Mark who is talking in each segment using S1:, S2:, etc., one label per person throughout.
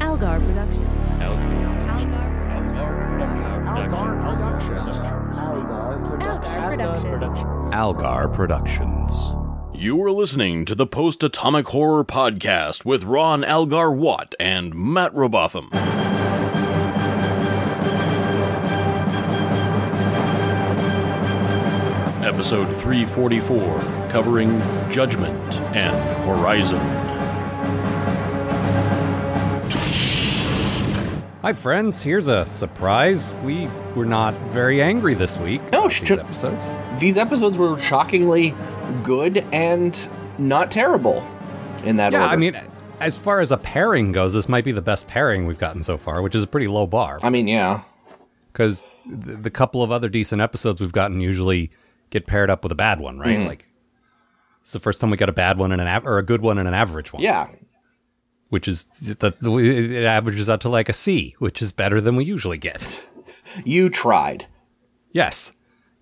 S1: Algar Productions.
S2: Algar Productions.
S3: You are listening to the Post Atomic Horror Podcast with Ron Algar Watt and Matt Robotham. Episode 344, covering Judgment and Horizon.
S2: Hi, friends. Here's a surprise. We were not very angry this week.
S4: No,
S2: these
S4: sh-
S2: episodes.
S4: These episodes were shockingly good and not terrible in that
S2: Yeah,
S4: order.
S2: I mean, as far as a pairing goes, this might be the best pairing we've gotten so far, which is a pretty low bar.
S4: I mean, yeah.
S2: Because the, the couple of other decent episodes we've gotten usually get paired up with a bad one, right?
S4: Mm-hmm.
S2: Like, it's the first time we got a bad one and an av- or a good one and an average one.
S4: Yeah.
S2: which is the, the it averages out to like a C, which is better than we usually get.
S4: You tried.
S2: Yes,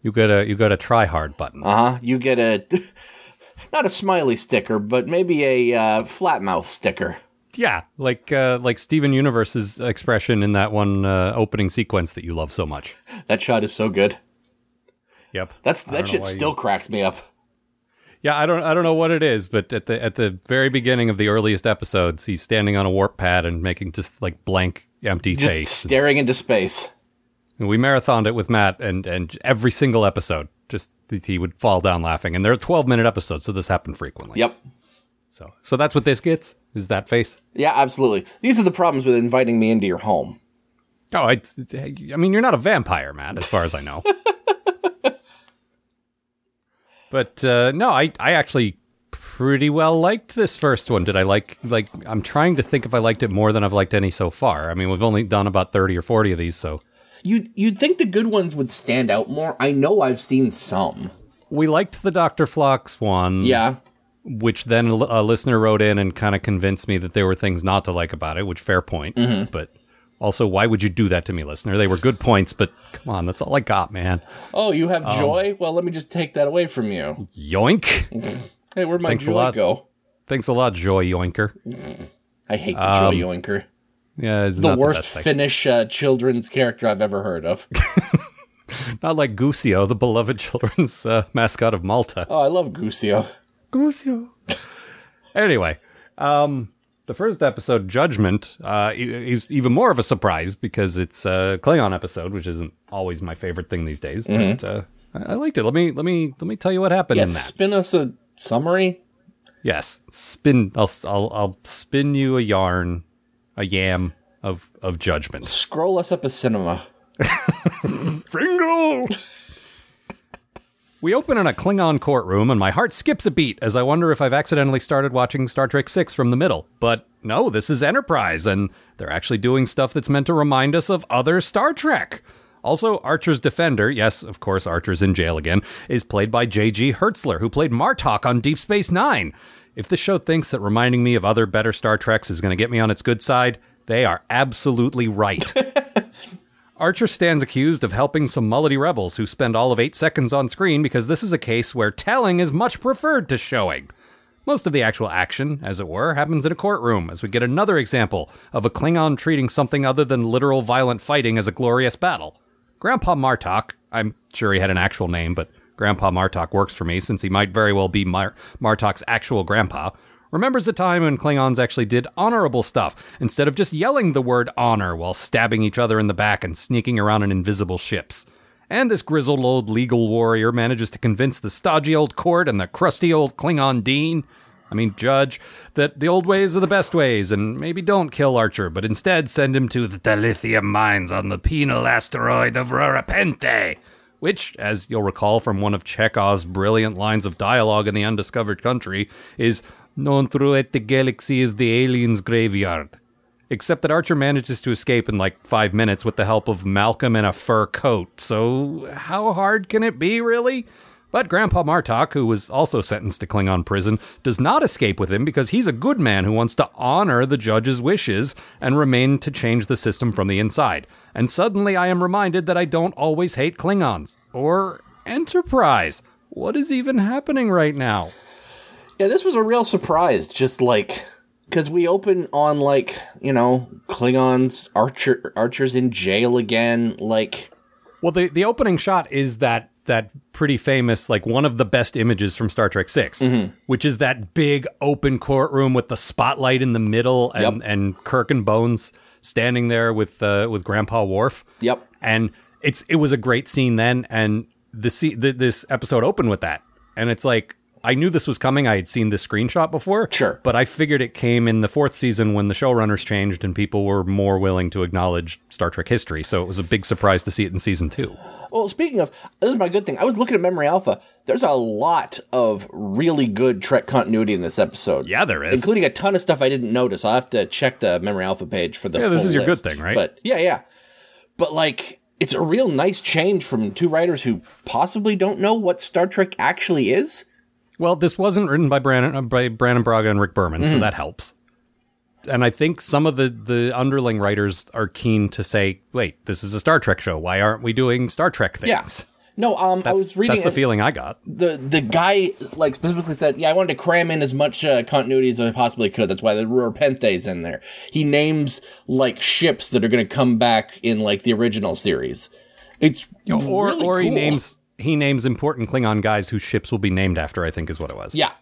S2: you got a you got a try hard button.
S4: Uh huh. You get a. Not a smiley sticker, but maybe a uh, flat mouth sticker.
S2: yeah, like uh, like Steven Universe's expression in that one uh, opening sequence that you love so much.
S4: That shot is so good.
S2: Yep, I
S4: That's
S2: don't
S4: that
S2: know
S4: shit
S2: why you-
S4: still cracks me up.
S2: Yeah, I don't I don't know what it is, but at the at the very beginning of the earliest episodes, he's standing on a warp pad and making just like blank empty
S4: Just
S2: face.
S4: staring into space.
S2: And we marathoned it with Matt, and and every single episode, just he would fall down laughing. And they're twelve minute episodes, so this happened frequently.
S4: Yep.
S2: So, so that's what this gets is that face.
S4: Yeah, absolutely. These are the problems with inviting me into your home.
S2: Oh, I, I mean, you're not a vampire, Matt, as far as I know. but uh, no, I, I actually pretty well liked this first one. Did I like like? I'm trying to think if I liked it more than I've liked any so far. I mean, we've only done about thirty or forty of these, so
S4: You you'd think the good ones would stand out more. I know I've seen some.
S2: we liked the Doctor Flox one.
S4: Yeah.
S2: which then l- a listener wrote in and kind of convinced me that there were things not to like about it, which fair point. But also, why would you do that to me, listener? They were good points, but come on, that's all I got, man.
S4: Oh, you have
S2: Um,
S4: joy? Well, let me just take that away from you.
S2: Yoink!
S4: Hey, where'd my
S2: Thanks a
S4: joy
S2: lot.
S4: go?
S2: Thanks a lot, Joy Yoinker.
S4: I hate the joy yoinker.
S2: Yeah, it's
S4: The
S2: not
S4: worst
S2: Um, the best thing.
S4: Finnish uh, children's character I've ever heard of.
S2: Not like Guccio, the beloved children's uh, mascot of Malta.
S4: oh, I love Guccio.
S2: Guccio. anyway, um, the first episode, Judgment, uh, i- is even more of a surprise because it's a Klingon episode, which isn't always my favorite thing these days. But uh, I-, I liked it. Let me let me let me tell you what happened
S4: Mm-hmm. Yes,
S2: in that.
S4: spin us a summary.
S2: Yes, spin. I'll, I'll I'll spin you a yarn, a yam of of Judgment.
S4: Scroll us up a cinema.
S2: Fringo! we open in a Klingon courtroom, and my heart skips a beat as I wonder if I've accidentally started watching Star Trek VI from the middle. But no, this is Enterprise, and they're actually doing stuff that's meant to remind us of other Star Trek. Also, Archer's defender, yes, of course, Archer's in jail again, is played by J.G. Hertzler, who played Martok on Deep Space Nine. If this show thinks that reminding me of other better Star Treks is going to get me on its good side, they are absolutely right. Archer stands accused of helping some mullety rebels who spend all of eight seconds on screen because this is a case where telling is much preferred to showing. Most of the actual action, as it were, happens in a courtroom, as we get another example of a Klingon treating something other than literal violent fighting as a glorious battle. Grandpa Martok, I'm sure he had an actual name, but Grandpa Martok works for me since he might very well be Mar- Martok's actual grandpa, remembers a time when Klingons actually did honorable stuff instead of just yelling the word honor while stabbing each other in the back and sneaking around in invisible ships. And this grizzled old legal warrior manages to convince the stodgy old court and the crusty old Klingon dean, I mean judge, that the old ways are the best ways, and maybe don't kill Archer, but instead send him to the Talithium mines on the penal asteroid of Rurapente. Which, as you'll recall from one of Chekhov's brilliant lines of dialogue in The Undiscovered Country, is known throughout the galaxy as the alien's graveyard except that Archer manages to escape in like five minutes with the help of Malcolm in a fur coat. So, how hard can it be, really? But Grandpa Martok, who was also sentenced to Klingon prison, does not escape with him because he's a good man who wants to honor the judge's wishes and remain to change the system from the inside. And suddenly I am reminded that I don't always hate Klingons. Or Enterprise. What is even happening right now?
S4: Yeah, this was a real surprise. Just like because we open on like you know Klingons, Archer, Archer's in jail again. Like
S2: Well, the the opening shot is that that pretty famous, like one of the best images from Star Trek 6 which is that big open courtroom with the spotlight in the middle, and and Kirk and Bones standing there with uh, with Grandpa Worf.
S4: Yep.
S2: and it's it was a great scene then, and the, se- th this episode opened with that, and it's like. I knew this was coming. I had seen this screenshot before.
S4: Sure.
S2: But I figured it came in the fourth season when the showrunners changed and people were more willing to acknowledge Star Trek history. So it was a big surprise to see it in season two.
S4: Well, speaking of, this is my good thing. I was looking at Memory Alpha. There's a lot of really good Trek continuity in this episode.
S2: Yeah, there is.
S4: Including a ton of stuff I didn't notice. I'll have to check the Memory Alpha page for the
S2: Yeah, this
S4: full
S2: is your
S4: list.
S2: good thing, right?
S4: But yeah, yeah. But like it's a real nice change from two writers who possibly don't know what Star Trek actually is.
S2: Well, this wasn't written by Brandon uh, by Brandon Braga and Rick Berman,
S4: Mm-hmm.
S2: so that helps. And I think some of the the underling writers are keen to say, "Wait, this is a Star Trek show. Why aren't we doing Star Trek things?"
S4: Yeah. No, um I was reading
S2: That's the
S4: and
S2: feeling I got.
S4: the the guy like specifically said, "Yeah, I wanted to cram in as much uh, continuity as I possibly could." That's why the Rurpente's in there. He names like ships that are going to come back in like the original series. It's
S2: Or
S4: really
S2: or he
S4: cool.
S2: names he names important Klingon guys whose ships will be named after. I think is what it was.
S4: yeah,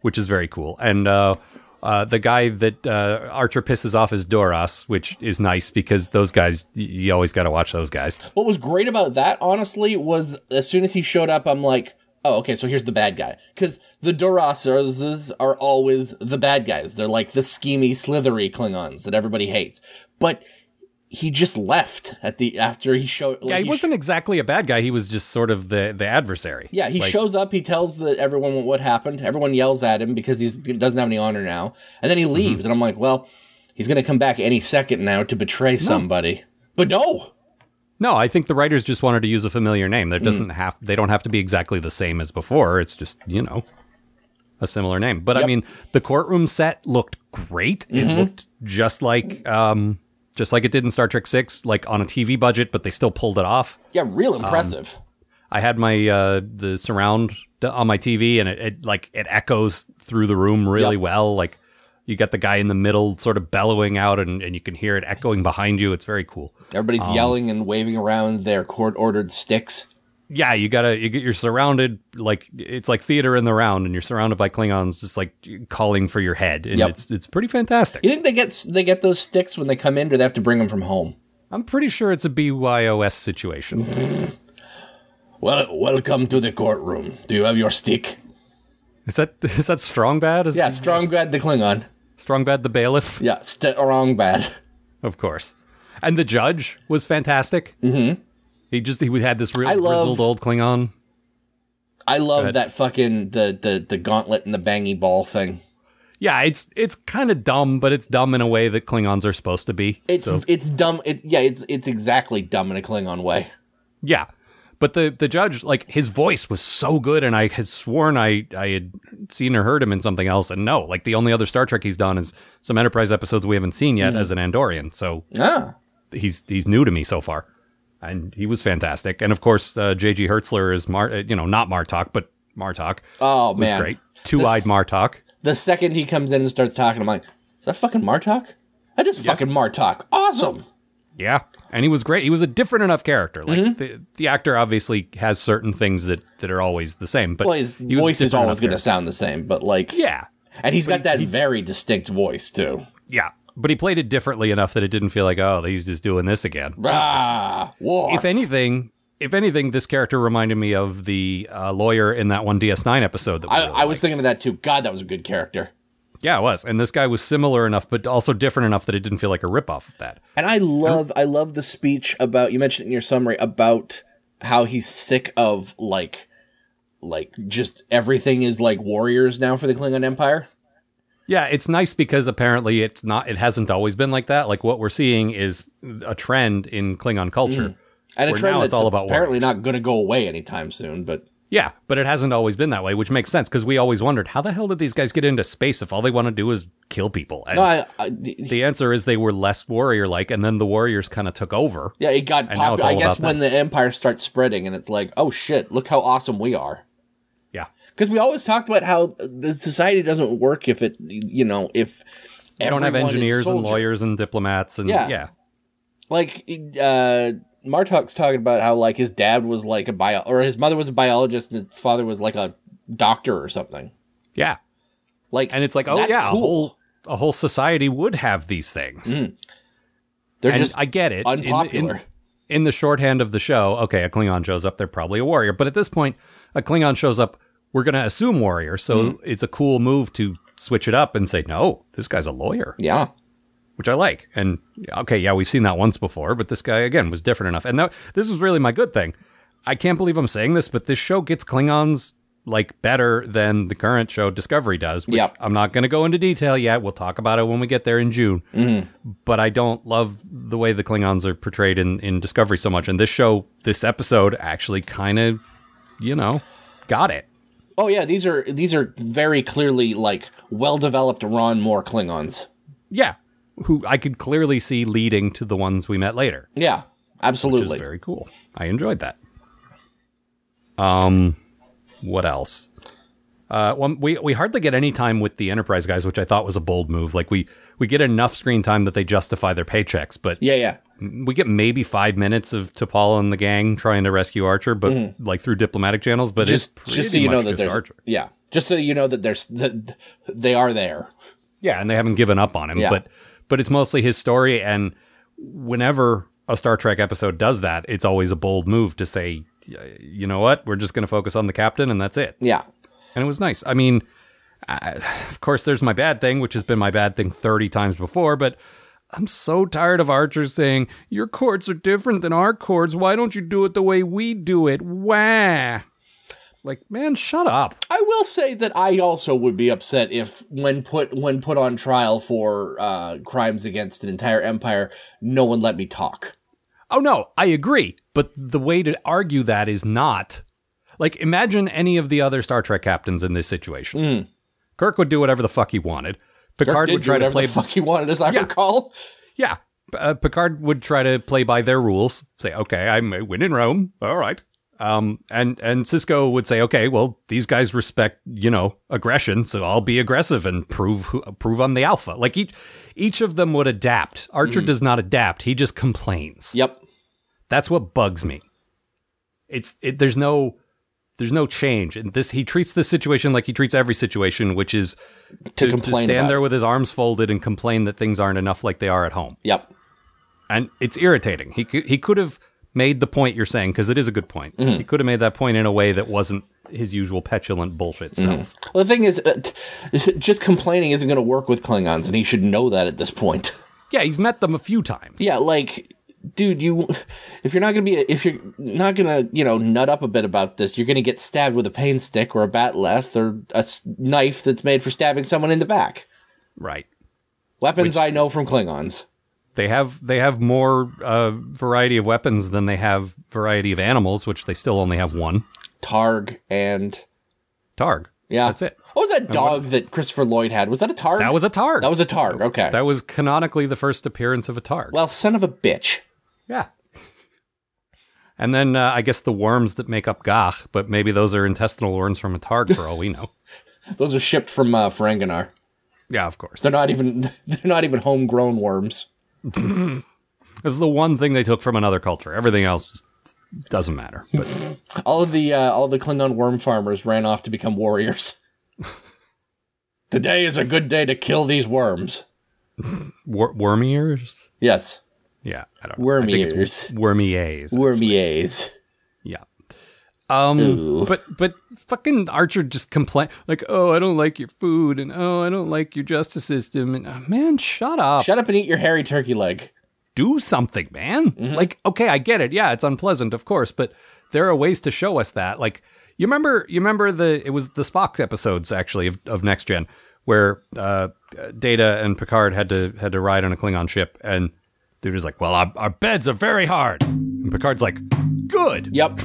S2: which is very cool. And uh, uh, the guy that uh, Archer pisses off is Doras, which is nice because those guys y- you always got to watch those guys.
S4: What was great about that, honestly, was as soon as he showed up, I'm like, oh, okay, so here's the bad guy. Because the Durasas are always the bad guys. They're like the schemy, slithery Klingons that everybody hates. But he just left at the after he showed. Like,
S2: Yeah, he
S4: sh-
S2: wasn't exactly a bad guy. He was just sort of the the adversary.
S4: yeah, he
S2: Like,
S4: shows up. He tells the, everyone what, what happened. Everyone yells at him because he's, he doesn't have any honor now. And then
S2: Mm-hmm.
S4: he leaves, and I'm like, well, he's going to come back any second now to betray somebody. But no,
S2: No, I think the writers just wanted to use a familiar name. That doesn't have they don't have to be exactly the same as before. It's just you know a similar name. But I mean, the courtroom set looked great. It looked just like um just like it did in Star Trek Six, like on a TV budget, but they still pulled it off.
S4: yeah, real
S2: Um,
S4: impressive.
S2: I had my uh, the surround d- on my TV, and it, it like it echoes through the room really
S4: Yep.
S2: well. Like you got the guy in the middle, sort of bellowing out, and, and you can hear it echoing behind you. It's very cool.
S4: Everybody's yelling and waving around their court ordered sticks.
S2: Yeah, you gotta you get you're surrounded like it's like theater in the round, and you're surrounded by Klingons just like calling for your head, and
S4: Yep.
S2: it's it's pretty fantastic.
S4: You think they get they get those sticks when they come in, or they have to bring them from home?
S2: I'm pretty sure it's a BYOS situation.
S4: Well, welcome to the courtroom. Do you have your stick?
S2: is that is that Strong Bad? Is
S4: Yeah, Strongbad the Klingon.
S2: Strong Bad the bailiff?
S4: Yeah, Strongbad.
S2: Of course. And the judge was fantastic. Mm-hmm. He just he had this real
S4: I love-
S2: grizzled old Klingon.
S4: I love that fucking the, the the gauntlet and the bangy ball thing.
S2: Yeah, it's it's kind of dumb, but it's dumb in a way that Klingons are supposed to be.
S4: It's
S2: so
S4: it's dumb. It, yeah, it's it's exactly dumb in a Klingon way.
S2: yeah, but the the judge like his voice was so good, and I had sworn I I had seen or heard him in something else, and no, like the only other Star Trek he's done is some Enterprise episodes we haven't seen
S4: Mm-hmm.
S2: yet as an Andorian. So
S4: Ah,
S2: he's he's new to me so far, and he was fantastic. And of course, uh, J.G. Hertzler is Mar, uh, you know not Martok, but Martok.
S4: oh
S2: was
S4: man.
S2: great. Two-eyed Martok.
S4: The second he comes in and starts talking, I'm like, is that fucking Martok? That is fucking Martok. Awesome.
S2: Yeah, and he was great. He was a different enough character. Like
S4: Mm-hmm.
S2: the, the actor obviously has certain things that that are always the same, but
S4: Well, his
S2: he was a
S4: voice is
S2: different
S4: always
S2: enough
S4: going to sound the same, but like,
S2: character. Yeah,
S4: and he's got that very distinct voice too.
S2: yeah, but he played it differently enough that it didn't feel like oh he's just doing this again.
S4: Ah, war.
S2: If anything. If anything, this character reminded me of the uh, lawyer in that one DS9 episode. That we
S4: I,
S2: really
S4: I was thinking of that too. God, that was a good character.
S2: liked. yeah, it was. And this guy was similar enough, but also different enough that it didn't feel like a ripoff of that.
S4: And I love, I love the speech about you mentioned it in your summary about how he's sick of like, like just everything is like warriors now for the Klingon Empire.
S2: Yeah, it's nice because apparently it's not it hasn't always been like that. Like what we're seeing is a trend in Klingon culture.
S4: And a
S2: Where
S4: trend
S2: now
S4: that's
S2: it's all about
S4: apparently
S2: warriors.
S4: not going to go away anytime soon. But
S2: Yeah, but it hasn't always been that way, which makes sense because we always wondered how the hell did these guys get into space if all they want to do is kill people? And
S4: no, I, I,
S2: the answer is they were less warrior like, and then the warriors kind of took over.
S4: yeah, it got
S2: And now it's
S4: popular. I
S2: all
S4: guess
S2: about
S4: when the Empire starts spreading, and it's like, oh shit, look how awesome we are.
S2: Yeah.
S4: because we always talked about how the society doesn't work if it you know if
S2: You don't have
S4: Everyone is a
S2: engineers and
S4: soldier.
S2: lawyers and diplomats and
S4: Yeah.
S2: yeah.
S4: Like uh Martok's talking about how like his dad was like a bio or his mother was a biologist and his father was like a doctor or something.
S2: Yeah.
S4: Like
S2: And it's like, oh
S4: that's
S2: yeah, a
S4: cool.
S2: whole a whole society would have these things.
S4: Mm, they're
S2: and
S4: just
S2: I get it. In the- in-
S4: unpopular.
S2: in the shorthand of the show, okay, a Klingon shows up, they're probably a warrior. But at this point, a Klingon shows up, we're going to assume warrior. So
S4: Mm-hmm.
S2: it's a cool move to switch it up and say, no, this guy's a lawyer,
S4: yeah.
S2: which I like. And okay, yeah, we've seen that once before, but this guy, again, was different enough. And that, this is really my good thing. I can't believe I'm saying this, but this show gets Klingons like better than the current show Discovery does, which
S4: Yep.
S2: I'm not going to go into detail yet. We'll talk about it when we get there in June but I don't love the way the Klingons are portrayed in, in Discovery so much. And this show, this episode, actually kind of, you know, got it.
S4: Oh yeah, these are these are very clearly like well developed Ron Moore Klingons.
S2: Yeah. Who I could clearly see leading to the ones we met later,
S4: Yeah,
S2: which is
S4: absolutely.
S2: very cool. I enjoyed that. Um, what else? Uh, one, we we hardly get any time with the Enterprise guys, which I thought was a bold move. Like we we get enough screen time that they justify their paychecks, but
S4: yeah, yeah.
S2: we get maybe five minutes of T'Pol and the gang trying to rescue Archer, but like through diplomatic channels. But
S4: Mm-hmm. Just
S2: it's pretty
S4: just so you
S2: much
S4: know that
S2: just
S4: there's
S2: Archer.
S4: yeah. Just so you know that there's that they are there.
S2: Yeah, and they haven't given up on him.
S4: Yeah.
S2: But but it's mostly his story, and whenever a Star Trek episode does that, it's always a bold move to say, "Y- you know what, we're just going to focus on the captain, and that's it.
S4: Yeah.
S2: And it was nice. I mean, I, of course, there's my bad thing, which has been my bad thing thirty times before, but. I'm so tired of Archer saying, Your chords are different than our chords. Why don't you do it the way we do it? Wah. Like, man, shut up.
S4: I will say that I also would be upset if when put when put on trial for uh, crimes against an entire empire, no one let me talk.
S2: Oh, no, I agree. But the way to argue that is not. Like, imagine any of the other Star Trek captains in this situation. Kirk would do whatever the fuck he wanted. Picard
S4: Hmm. Did
S2: would try
S4: do
S2: to
S4: whatever
S2: play.
S4: the fuck he wanted, as I
S2: Yeah.
S4: recall.
S2: Yeah. Uh, Picard would try to play by their rules, say, okay, I may win in Rome. All right. Um, and, and Cisco would say, okay, well, these guys respect, you know, aggression. So I'll be aggressive and prove, who, prove I'm the alpha. Like each, each of them would adapt.
S4: Hmm.
S2: Archer does not adapt. He just complains.
S4: Yep.
S2: That's what bugs me. It's, it, there's no, there's no change. And this, he treats this situation like he treats every situation, which is
S4: To, complain.
S2: stand
S4: about
S2: there
S4: it.
S2: with his arms folded and complain that things aren't enough like they are at home
S4: Yep.
S2: and it's irritating. He could, he could have made the point you're saying because it is a good point.
S4: Mm-hmm.
S2: He could have made that point in a way that wasn't his usual petulant bullshit self.
S4: Well, the thing is, uh, t- just complaining isn't going to work with Klingons, and he should know that at this point.
S2: Yeah, he's met them a few times.
S4: Yeah, like, dude, you if you're not going to be if you're not going to you know nut up a bit about this, you're going to get stabbed with a pain stick or a bat leth or a s- knife that's made for stabbing someone in the back.
S2: Right.
S4: Weapons I know from Klingons.
S2: They have they have more uh, variety of weapons than they have variety of animals, which they still only have one.
S4: Targ and
S2: Targ.
S4: yeah,
S2: that's it.
S4: What was that dog that Christopher Lloyd had? Was that a Targ?
S2: That was a Targ.
S4: that was a Targ. Okay.
S2: that was canonically the first appearance of a Targ.
S4: well, son of a bitch.
S2: yeah. And then uh, I guess the worms that make up Gach, but maybe those are intestinal worms from a Targ for all we know.
S4: Those are shipped from uh, Ferenginar.
S2: yeah, of course.
S4: They're not even they're not even homegrown worms.
S2: It's the one thing they took from another culture. Everything else just doesn't matter. But
S4: All of the uh, all the Klingon worm farmers ran off to become warriors. Today is a good day to kill these worms.
S2: wor- worm ears?
S4: Yes,
S2: Yeah, I don't know.
S4: worm
S2: I think
S4: ears,
S2: it's wormy A's.
S4: wormies.
S2: Yeah. Um,
S4: Ooh.
S2: but but fucking Archer just complain like, oh, I don't like your food, and oh, I don't like your justice system, and uh, man, shut up,
S4: Shut up and eat your hairy turkey leg.
S2: do something, man. Like, okay, I get it. Yeah, it's unpleasant, of course, but there are ways to show us that. Like, you remember, you remember the it was the Spock episodes actually of, of Next Gen where uh, Data and Picard had to had to ride on a Klingon ship, and dude is like, "Well, our, our beds are very hard," and Picard's like, "Good,"
S4: Yep.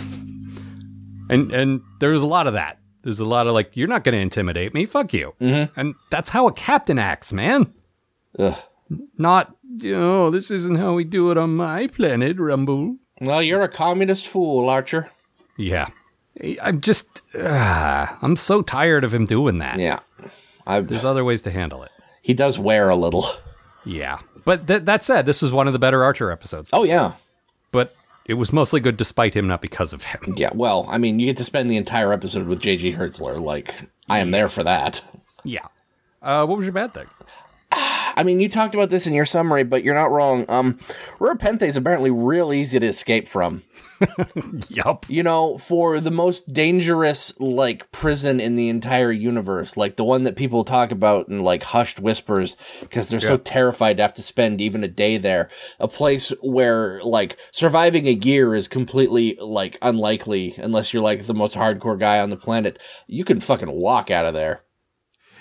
S2: and and there was a lot of that. There's a lot of like, "You're not going to intimidate me, fuck you," mm-hmm. and that's how a captain acts, man
S4: Ugh.
S2: not you know this isn't how we do it on my planet rumble
S4: Well, you're a communist fool, Archer.
S2: yeah i'm just ah, i'm so tired of him doing that
S4: Yeah, I've
S2: there's other ways to handle it
S4: He does wear a little.
S2: Yeah. But th- that said, this was one of the better Archer episodes.
S4: Oh yeah,
S2: But it was mostly good despite him, not because of him.
S4: yeah. Well, I mean, you get to spend the entire episode with J.G. Hertzler. Like, I am there for that.
S2: Yeah. Uh, what was your bad thing?
S4: I mean, you talked about this in your summary, but you're not wrong. Um, Rurpente is apparently real easy to escape from.
S2: Yup.
S4: You know, for the most dangerous like prison in the entire universe, like the one that people talk about in like hushed whispers because they're so terrified to have to spend even a day there. A place where like surviving a year is completely like unlikely unless you're like the most hardcore guy on the planet. You can fucking walk out of there.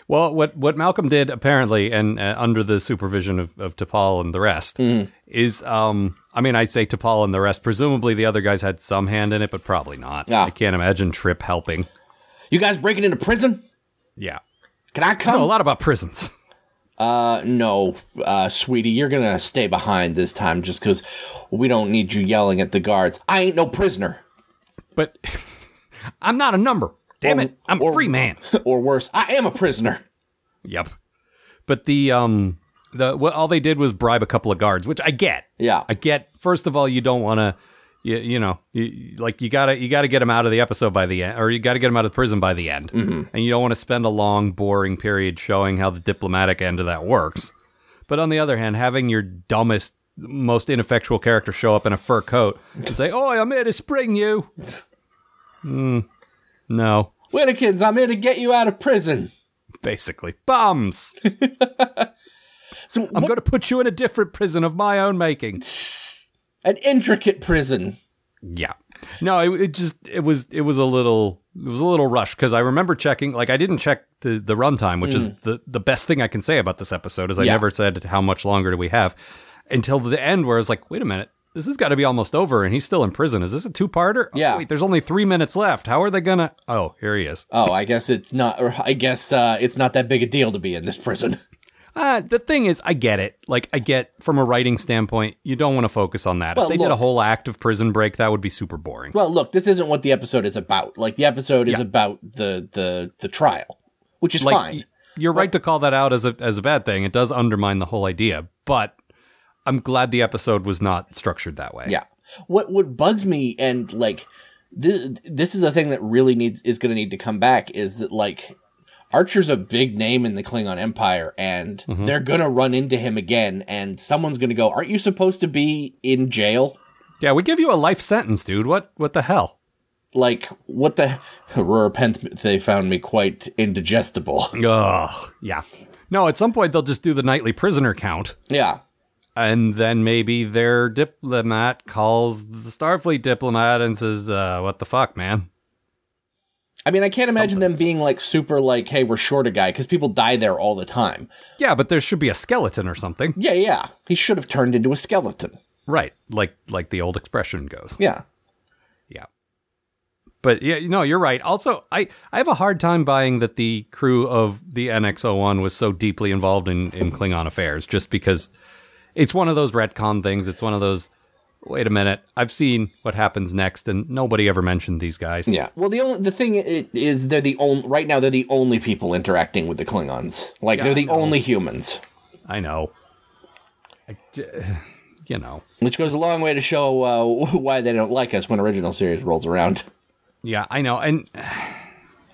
S2: Well, what, what Malcolm did apparently, and uh, under the supervision of, of T'Pol and the rest,
S4: Mm-hmm.
S2: is um, I mean, I say T'Pol and the rest. Presumably, the other guys had some hand in it, but probably not.
S4: Yeah.
S2: I can't imagine Trip helping.
S4: You guys breaking into prison?
S2: Yeah,
S4: Can I
S2: I
S4: come?
S2: know a lot about prisons.
S4: Uh, no, uh, sweetie, you're gonna stay behind this time just because we don't need you yelling at the guards. I ain't no prisoner.
S2: but I'm not a number. Damn
S4: Or-
S2: it. I'm a
S4: or-
S2: free man.
S4: or worse, I am a prisoner.
S2: yep. But the um the well, all they did was bribe a couple of guards, which I get.
S4: Yeah.
S2: I get. First of all, you don't want to you, you know, you, like you got to you got to get them out of the episode by the end or you got to get them out of prison by the end. And you don't want to spend a long boring period showing how the diplomatic end of that works. But on the other hand, having your dumbest most ineffectual character show up in a fur coat and say, "Oh, I'm here to spring you." Mm, no.
S4: Whittakins, I'm here to get you out of prison.
S2: basically bums
S4: So
S2: i'm
S4: what-
S2: going to put you in a different prison of my own making
S4: an intricate prison.
S2: yeah no it, it just it was it was a little it was a little rush because i remember checking like i didn't check the the runtime which is the the best thing i can say about this episode is i
S4: Mm. Yeah.
S2: never said how much longer do we have until the end where i was like wait a minute this has got to be almost over and he's still in prison is this a two-parter Oh,
S4: Yeah.
S2: wait there's only three minutes left how are they gonna oh here he is
S4: Oh, I guess it's not. Or I guess uh, it's not that big a deal to be in this prison.
S2: Uh, the thing is, I get it. Like, I get from a writing standpoint, you don't want to focus on that.
S4: Well,
S2: if they did a
S4: look-
S2: whole act of prison break, that would be super boring.
S4: Well, look, this isn't what the episode is about. Like the episode is about the the the trial, which is
S2: like,
S4: fine.
S2: y- you're right to call that out as a as a bad thing. It does undermine the whole idea, but I'm glad the episode was not structured that way.
S4: Yeah. What what bugs me and like this this is a thing that really needs is going to need to come back is that like Archer's a big name in the Klingon Empire and they're going to run into him again and someone's going to go, "Aren't you supposed to be in jail?"
S2: yeah. We give you a life sentence, dude. What what the hell?
S4: Like what the Rurpenth they found me quite indigestible.
S2: Ugh. Yeah. No, at some point they'll just do the nightly prisoner count,
S4: yeah.
S2: and then maybe their diplomat calls the Starfleet diplomat and says, uh, "What the fuck, man."
S4: I mean, I can't imagine them being like super like, "Hey, we're short a guy" cuz people die there all the time.
S2: Yeah, but there should be a skeleton or something.
S4: Yeah, yeah. He should have turned into a skeleton.
S2: Right, like like the old expression goes.
S4: Yeah.
S2: Yeah. But yeah, no, you're right. Also, I I have a hard time buying that the crew of the NX-01 was so deeply involved in in Klingon affairs just because it's one of those retcon things. It's one of those wait a minute, I've seen what happens next and nobody ever mentioned these guys.
S4: Yeah. Well, the only the thing i- is they're the only right now they're the only people interacting with the Klingons. Like they're the only humans,
S2: I know. I j- you know.
S4: which goes a long way to show uh, why they don't like us when original series rolls around.
S2: Yeah, I know. And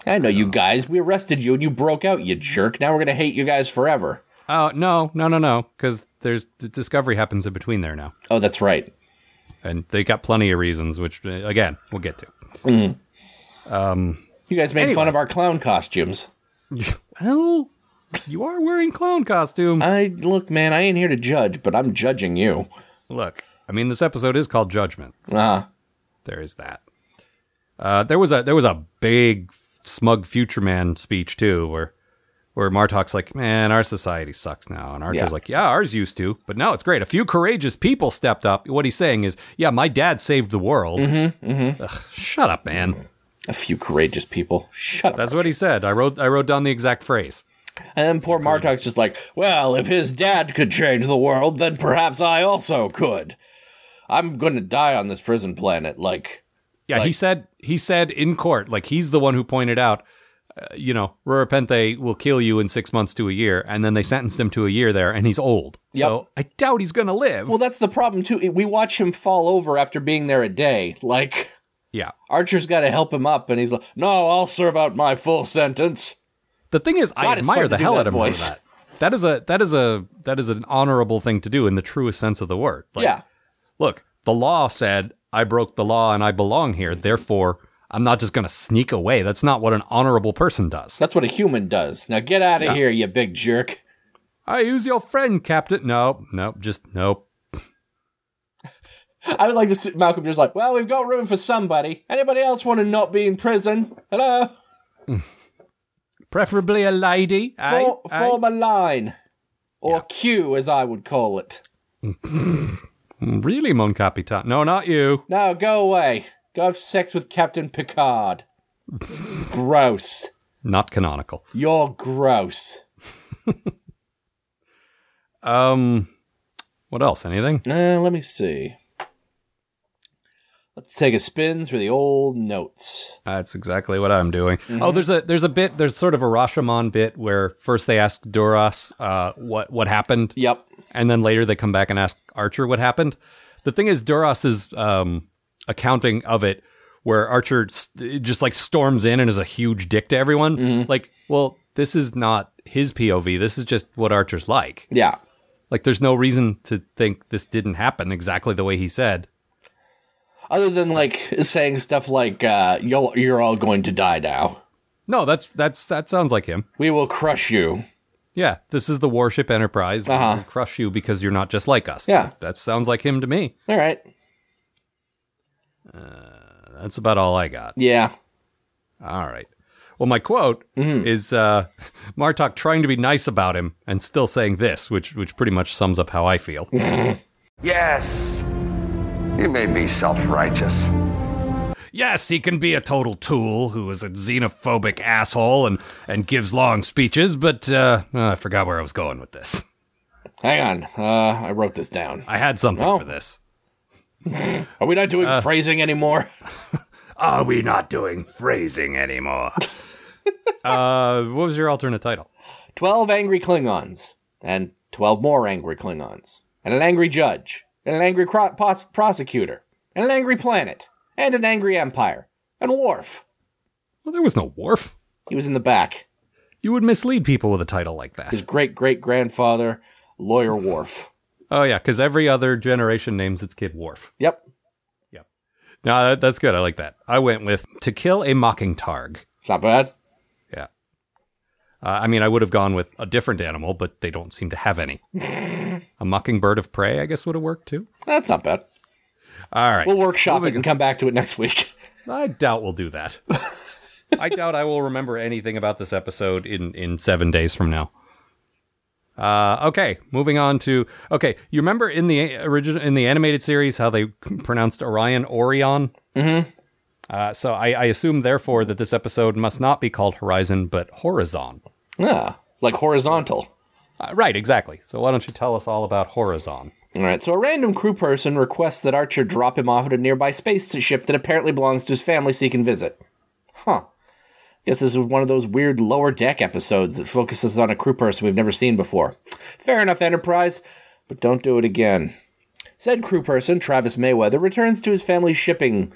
S4: I know you guys. We arrested you and you broke out, you jerk. Now we're gonna hate you guys forever.
S2: oh, no, no, no, no, cuz there's the discovery happens in between there now.
S4: Oh, that's right.
S2: and they got plenty of reasons, which uh, again we'll get to.
S4: You guys made
S2: Anyway.
S4: fun of our clown costumes.
S2: Well, you are wearing clown costume.
S4: I look, man. I ain't here to judge, but I'm judging you.
S2: Look, I mean, this episode is called Judgment.
S4: Ah,
S2: There is that. Uh, there was a there was a big smug future man speech too, where where Martok's like, "Man, our society sucks now," and Archer's
S4: Yeah.
S2: like, "Yeah, ours used to, but now it's great. A few courageous people stepped up." What he's saying is, "Yeah, my dad saved the world."
S4: Mm-hmm,
S2: Ugh, shut up, man.
S4: a few courageous people. Shut up.
S2: That's what he said. I wrote I wrote down the exact phrase.
S4: And then poor Martok's just like, well, if his dad could change the world, then perhaps I also could. I'm going to die on this prison planet. Like,
S2: Yeah, he
S4: Like-
S2: said he said in court, like he's the one who pointed out uh, you know, Rurapente will kill you in six months to a year, and then they sentenced him to a year there, and he's old. So I doubt he's gonna live.
S4: Well, that's the problem too. We watch him fall over after being there a day. Like
S2: yeah.
S4: Archer's got to help him up, and he's like, "No, I'll serve out my full sentence."
S2: The thing is, I
S4: God, it's
S2: admire
S4: fun to
S2: the
S4: do
S2: hell
S4: that
S2: out of him for
S4: voice.
S2: that. That is a that is a that is an honorable thing to do in the truest sense of the word. Like,
S4: yeah,
S2: Look, the law said I broke the law and I belong here. Therefore, I'm not just going to sneak away. That's not what an honorable person does.
S4: that's what a human does. Now get out of here, you big jerk.
S2: I use your friend, Captain. No, no, just nope.
S4: I would like to see Malcolm just like, "Well, we've got room for somebody. Anybody else want to not be in prison? Hello,
S2: Preferably a lady. eh? aye,
S4: For-
S2: aye.
S4: form a line, or queue, as I would call it.
S2: Mm, Really, Mon Capitan? No, not you.
S4: No, go away. Go have sex with Captain Picard. gross.
S2: Not canonical.
S4: You're gross.
S2: Um, what else? Anything?
S4: Uh, let me see. Let's take a spin through the old notes.
S2: That's exactly what I'm doing.
S4: Mm-hmm.
S2: Oh, there's a there's a bit there's sort of a Rashomon bit where first they ask Duras uh, what what happened,
S4: Yep.
S2: and then later they come back and ask Archer what happened. The thing is, Duras's um, accounting of it, where Archer s- just like storms in and is a huge dick to everyone.
S4: Mm-hmm.
S2: Like, well, this is not his POV. This is just what Archer's like.
S4: Yeah.
S2: Like, there's no reason to think this didn't happen exactly the way he said.
S4: Other than like saying stuff like uh, "You're you're all going to die now.
S2: No, that's that's that sounds like him.
S4: We will crush you."
S2: Yeah, this is the warship Enterprise. We
S4: Uh-huh.
S2: will crush you because you're not just like us.
S4: Yeah.
S2: that sounds like him to me.
S4: All right.
S2: That's about all I got.
S4: Yeah.
S2: All right. Well, my quote
S4: Mm-hmm.
S2: is uh, Martok trying to be nice about him and still saying this, which which pretty much sums up how I feel.
S1: Yes, you may be self righteous.
S2: yes, he can be a total tool who is a xenophobic asshole and and gives long speeches, but uh, oh, I forgot where I was going with this.
S4: Hang on. Uh, I wrote this down.
S2: I had something
S4: Oh.
S2: for this.
S4: Are we not doing phrasing anymore?
S2: Are we not doing phrasing anymore? uh, what was your alternate title?
S4: 12 angry Klingons, and 12 more angry Klingons, and an angry judge, and an angry cro- pos- prosecutor, and an angry planet, and an angry empire, and Worf.
S2: Well, there was no wharf.
S4: He was in the back.
S2: You would mislead people with a title like that.
S4: His great great grandfather, Lawyer Worf.
S2: Oh yeah, because every other generation names its kid Worf.
S4: Yep.
S2: No, that, that's good. I like that. I went with To Kill a Mockingtarg.
S4: It's not bad.
S2: Yeah. Uh, I mean, I would have gone with a different animal, but they don't seem to have any. a mockingbird of prey, I guess, would have worked too.
S4: That's not bad.
S2: All right.
S4: We'll workshop it and come back to it next week.
S2: I doubt we'll do that. I doubt I will remember anything about this episode in, in seven days from now. Uh, okay, moving on to okay. You remember in the original in the animated series how they pronounced Orion Orion? Mm-hmm. Uh, so I, I assume therefore that this episode must not be called Horizon but Horizon.
S4: Yeah. Ah, Like horizontal.
S2: Uh, right, exactly. So why don't you tell us all about Horizon?
S4: All right, so a random crew person requests that Archer drop him off at a nearby spaceship that apparently belongs to his family so he can visit. Huh. Guess this is one of those weird lower deck episodes that focuses on a crew person we've never seen before. Fair enough, Enterprise, but don't do it again. Said crew person, Travis Mayweather, returns to his family's shipping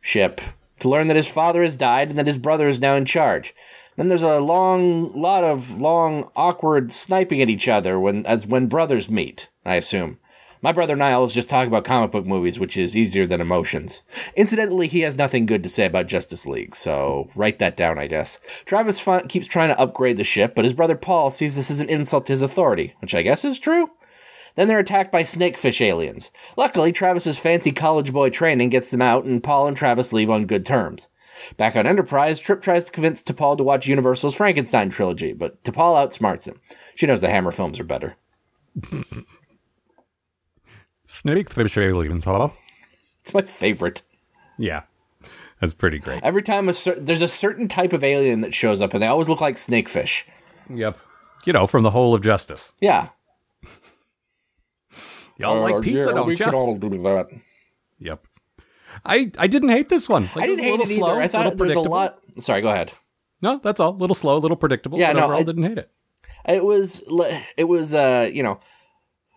S4: ship to learn that his father has died and that his brother is now in charge. Then there's a long lot of long awkward sniping at each other when as when brothers meet, I assume. My brother Niles just talking about comic book movies, which is easier than emotions. Incidentally, he has nothing good to say about Justice League, so write that down, I guess. Travis fin- keeps trying to upgrade the ship, but his brother Paul sees this as an insult to his authority, which I guess is true. Then they're attacked by snakefish aliens. Luckily, Travis's fancy college boy training gets them out, and Paul and Travis leave on good terms. Back on Enterprise, Trip tries to convince T'Pol to watch Universal's Frankenstein trilogy, but T'Pol outsmarts him. She knows the Hammer films are better. It's my favorite.
S2: Yeah, that's pretty great.
S4: Every time a cer- there's a certain type of alien that shows up, and they always look like snakefish.
S2: Yep. You know, from the whole of Justice.
S4: Yeah.
S2: Y'all
S4: Uh,
S2: like pizza,
S4: yeah,
S2: don't
S4: we
S2: ya?
S4: could all do that.
S2: Yep. I I didn't hate this one. Like,
S4: I
S2: was
S4: didn't
S2: a
S4: hate
S2: little
S4: it either.
S2: slow,
S4: I
S2: little
S4: thought there's a
S2: predictable.
S4: lot. Sorry, go ahead.
S2: No, that's all. A little slow, a little predictable,
S4: Yeah,
S2: but
S4: no,
S2: overall
S4: I-
S2: didn't hate it.
S4: It was le- it was uh you know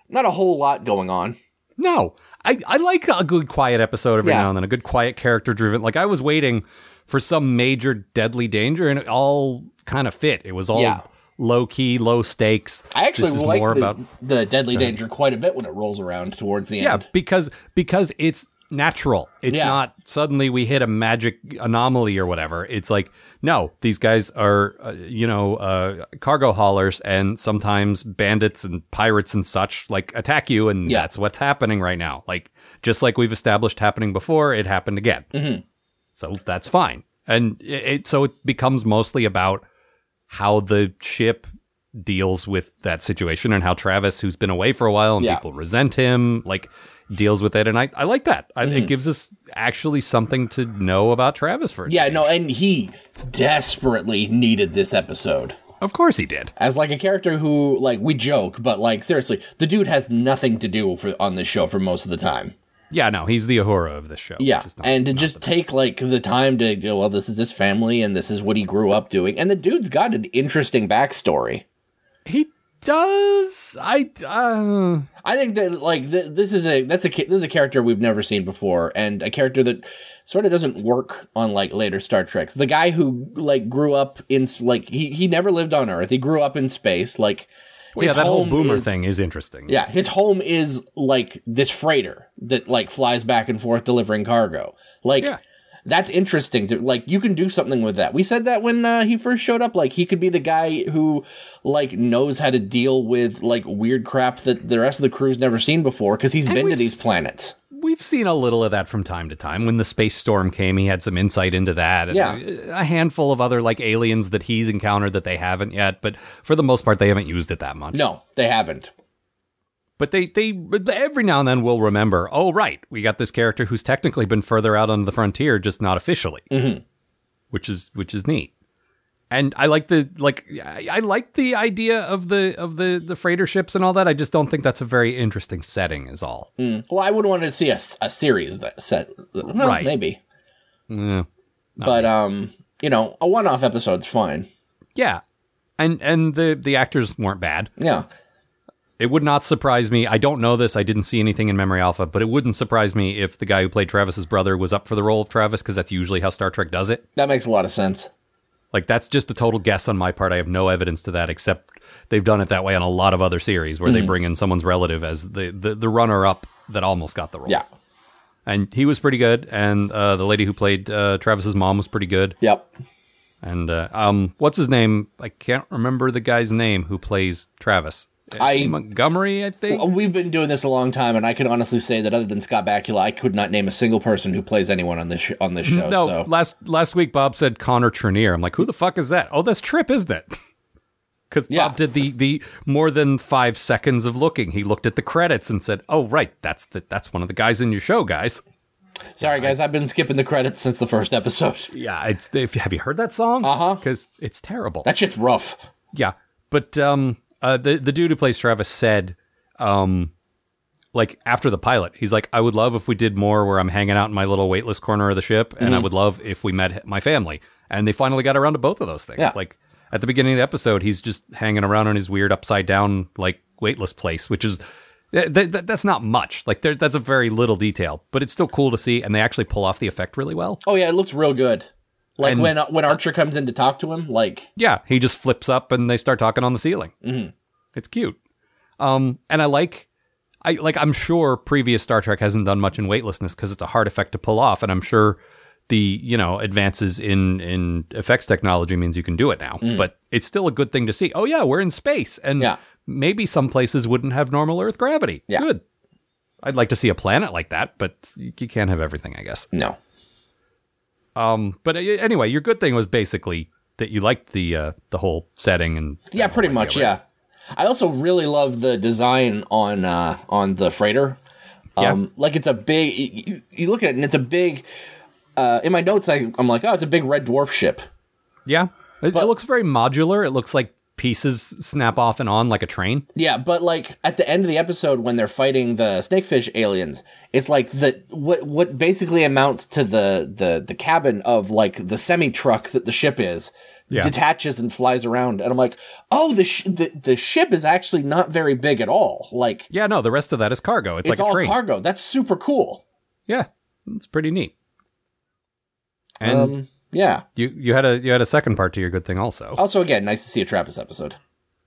S4: not a whole lot going on.
S2: No, I, I like a good quiet episode every
S4: Yeah.
S2: now and then, a good quiet character driven. Like I was waiting for some major deadly danger, and it all kind of fit. It was all
S4: Yeah.
S2: low key, low stakes.
S4: I actually
S2: this is
S4: like
S2: more
S4: the,
S2: about
S4: the Deadly Danger quite a bit when it rolls around towards the
S2: yeah,
S4: end.
S2: because because it's natural. It's
S4: Yeah.
S2: not suddenly we hit a magic anomaly or whatever. It's like no, these guys are uh, you know uh, cargo haulers and sometimes bandits and pirates and such like attack you, and
S4: Yeah.
S2: that's what's happening right now. Like just like we've established happening before, it happened again.
S4: Mm-hmm.
S2: So that's fine, and it, it so it becomes mostly about how the ship deals with that situation and how Travis, who's been away for a while and
S4: Yeah.
S2: people resent him, like deals with it. And I, I like that. I,
S4: Mm-hmm.
S2: It gives us actually something to know about Travis for a
S4: Yeah,
S2: change.
S4: no, and he desperately needed this episode.
S2: Of course he did.
S4: As like a character who like we joke, but like seriously, the dude has nothing to do for on this show for most of the time.
S2: Yeah, no, he's the Ahura of this show.
S4: Yeah,
S2: which is not-
S4: and to just take like the time to go, well, this is his family and this is what he grew up doing. And the dude's got an interesting backstory.
S2: he does. I. Uh,
S4: I think that like th- this is a that's a ca- this is a character we've never seen before, and a character that sort of doesn't work on like later Star Treks. The guy who like grew up in s- like he he never lived on Earth. He grew up in space. Like
S2: well, yeah,
S4: his
S2: that whole
S4: home
S2: boomer
S4: is-
S2: thing is interesting.
S4: Yeah, his home is like this freighter that like flies back and forth delivering cargo. Like
S2: Yeah.
S4: that's interesting to like you can do something with that. We said that when uh, he first showed up like he could be the guy who like knows how to deal with like weird crap that the rest of the crew's never seen before cuz he's been to
S2: we've
S4: these
S2: s-
S4: planets.
S2: We've seen a little of that from time to time. When the space storm came, he had some insight into that. And
S4: Yeah.
S2: A handful of other like aliens that he's encountered that they haven't yet, but for the most part, they haven't used it that much.
S4: No, they haven't.
S2: But they, they every now and then will remember, oh, right, we got this character who's technically been further out on the frontier, just not officially, which is which is neat. And I like the like I I like the idea of the of the the freighter ships and all that. I just don't think that's a very interesting setting, is all.
S4: Well, I would want to see a, s- a series that set well,
S2: Right.
S4: maybe.
S2: Yeah.
S4: But um, you know, a one-off episode's fine.
S2: Yeah, and and the the actors weren't bad.
S4: Yeah.
S2: It would not surprise me. I don't know this. I didn't see anything in Memory Alpha, but it wouldn't surprise me if the guy who played Travis's brother was up for the role of Travis, because that's usually how Star Trek does it.
S4: That makes a lot of sense.
S2: Like that's just a total guess on my part. I have no evidence to that except they've done it that way on a lot of other series
S4: Mm-hmm.
S2: where they bring in someone's relative as the the, the runner up that almost got the role.
S4: Yeah.
S2: And he was pretty good and uh, the lady who played uh, Travis's mom was pretty good.
S4: Yep.
S2: And uh, um what's his name? I can't remember the guy's name who plays Travis.
S4: I-
S2: Montgomery, I think.
S4: We've been doing this a long time, and I can honestly say that other than Scott Bakula, I could not name a single person who plays anyone on this sh- on this show.
S2: no,
S4: so
S2: last last week Bob said Connor Trenier. I'm like, who the fuck is that? Oh, that's Trip, isn't it? Because
S4: Yeah.
S2: Bob did the the more than five seconds of looking. He looked at the credits and said, "Oh, right, that's the that's one of the guys in your show, guys."
S4: sorry, guys, I've been skipping the credits since the first episode.
S2: Yeah, it's if, have you heard that song? Uh
S4: Uh-huh.
S2: huh. Because it's terrible.
S4: That shit's rough.
S2: Yeah, but um, uh, the the dude who plays Travis said, um, like after the pilot, he's like, I would love if we did more where I'm hanging out in my little weightless corner of the ship, and I would love if we met my family. And they finally got around to both of those things.
S4: Yeah.
S2: Like at the beginning of the episode, he's just hanging around in his weird upside down like weightless place, which is. Th- th- th- that's not much. Like there, that's a very little detail, but it's still cool to see, and they actually pull off the effect really well.
S4: Oh yeah, it looks real good. Like
S2: And-
S4: when uh, when Archer comes in to talk to him, like
S2: Yeah, he just flips up and they start talking on the ceiling. Mm-hmm. It's cute. Um, and I like, I like. I'm sure previous Star Trek hasn't done much in weightlessness because it's a hard effect to pull off, and I'm sure the you know advances in in effects technology means you can do it now. But it's still a good thing to see. Oh yeah, we're in space, and
S4: Mm. Yeah.
S2: maybe some places wouldn't have normal Earth gravity.
S4: Yeah.
S2: Good. I'd like to see a planet like that, but you can't have everything, I guess.
S4: no,
S2: Um, but uh, anyway, your good thing was basically that you liked the uh, the whole setting and
S4: yeah, pretty much, yeah. I also really love the design on uh, on the freighter. Um, like it's a big. You, you- you look at it and it's a big. Uh, in my notes, I, I'm like, oh, it's a big red dwarf ship.
S2: yeah. It, it
S4: But-
S2: looks very modular. It looks like pieces snap off and on like a train.
S4: Yeah, but like at the end of the episode when they're fighting the snakefish aliens, it's like the what what basically amounts to the the the cabin of like the semi truck that the ship is
S2: Yeah.
S4: detaches and flies around. And I'm like, oh, the, sh- the the ship is actually not very big at all. Like
S2: Yeah, no, the rest of that is cargo. It's,
S4: it's,
S2: like a
S4: all
S2: train.
S4: cargo. That's super cool.
S2: yeah, it's pretty neat. And
S4: um, yeah.
S2: you you had a you had a second part to your good thing also.
S4: Also, again, nice to see a Travis episode.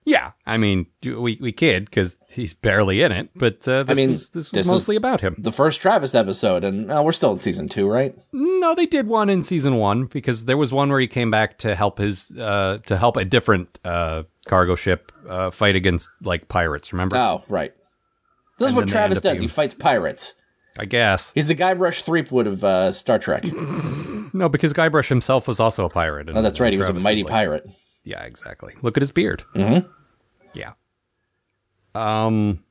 S2: Yeah, I mean you- we we kid because he's barely in it, but uh, this
S4: mean,
S2: was, this was
S4: this is-
S2: mostly about him.
S4: The first Travis episode, and uh, we're still in season two, right?
S2: No, they did one in season one because there was one where he came back to help his uh, to help a different uh, cargo ship uh, fight against like pirates. Remember?
S4: Oh, right. This is
S2: And then
S4: what
S2: they end
S4: Travis
S2: up
S4: does. He
S2: being-
S4: fights pirates.
S2: I guess
S4: He's the Guybrush Threepwood of uh, Star Trek. Oh,
S2: no, because Guybrush himself was also a pirate. and-
S4: that's right. He was a
S2: Travis is
S4: mighty
S2: like-
S4: pirate.
S2: Yeah, exactly. Look at his beard.
S4: Mm-hmm.
S2: Yeah. Um.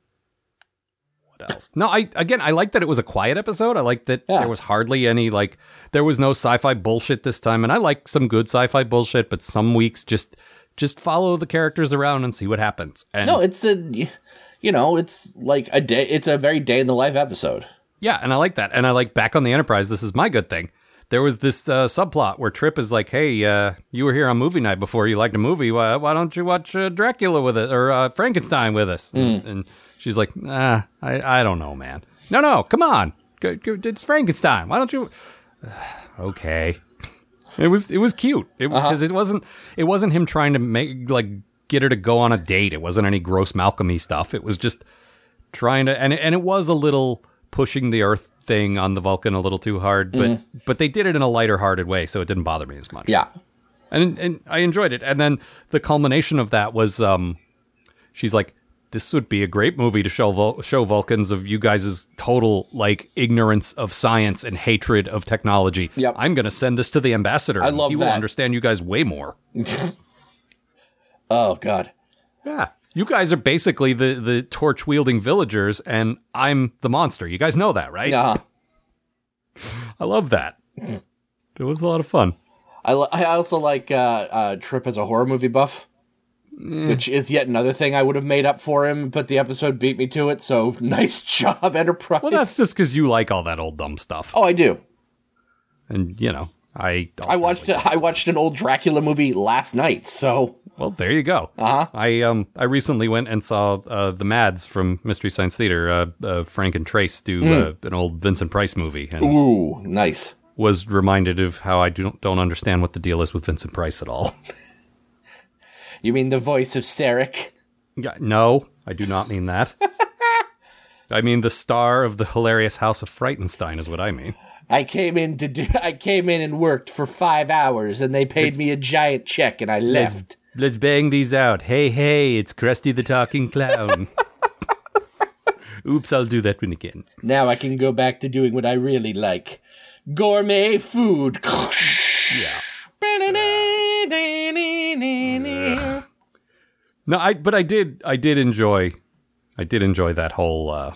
S2: What else? No, I again, I like that it was a quiet episode. I like that
S4: Yeah.
S2: there was hardly any like there was no sci-fi bullshit this time, and I like some good sci-fi bullshit, but some weeks just just follow the characters around and see what happens. And
S4: No, it's a, you know, it's like a day. It's a very day in the life episode.
S2: Yeah, and I like that. And I like back on the Enterprise. This is my good thing. There was this uh, subplot where Trip is like, "Hey, uh, you were here on movie night before. You liked a movie. Why, why don't you watch uh, Dracula with us or uh, Frankenstein with us?" And, and she's like, "Ah, I, I don't know, man. No, no, come on. Go, go, it's Frankenstein. Why don't you?" okay. It was it was cute. It was because it wasn't it wasn't him trying to make like get her to go on a date. It wasn't any gross Malcolmy stuff. It was just trying to and and it was a little pushing the Earth thing on the Vulcan a little too hard, but but they did it in a lighter hearted way, so it didn't bother me as much
S4: Yeah.
S2: and and I enjoyed it. And then the culmination of that was, um, she's like, "This would be a great movie to show Vul- show Vulcans of you guys' total like ignorance of science and hatred of technology."
S4: Yep.
S2: I'm gonna send this to the ambassador.
S4: I
S2: and
S4: love
S2: He will
S4: that.
S2: understand you guys way more.
S4: Oh God.
S2: Yeah. You guys are basically the the torch wielding villagers, and I'm the monster. You guys know that, right?
S4: Nah.
S2: I love that. It was a lot of fun.
S4: I, li- I also like uh, uh, Trip as a horror movie buff,
S2: Mm.
S4: which is yet another thing I would have made up for him, but the episode beat me to it. So nice job, Enterprise.
S2: Well, that's just because you like all that old dumb stuff,
S4: oh, I do.
S2: and you know, I
S4: I watched I watched an old Dracula movie last night. So
S2: Well, there you go. Uh-huh. I um I recently went and saw uh, the Mads from Mystery Science Theater. Uh, uh, Frank and Trace do uh, an old Vincent Price movie, and
S4: ooh, nice.
S2: was reminded of how I do, don't understand what the deal is with Vincent Price at all.
S4: You mean the voice of Sarek?
S2: Yeah, no, I do not mean that. I mean the star of the hilarious House of Frightenstein is what I mean.
S4: I came in to do. I came in and worked for five hours, and they paid me a giant check, and I left.
S2: Let's bang these out. Hey, hey, it's Krusty the Talking Clown. Oops, I'll do that one again.
S4: Now I can go back to doing what I really like: gourmet food.
S2: Yeah.
S4: Yeah.
S2: No, I but I did I did enjoy I did enjoy that whole uh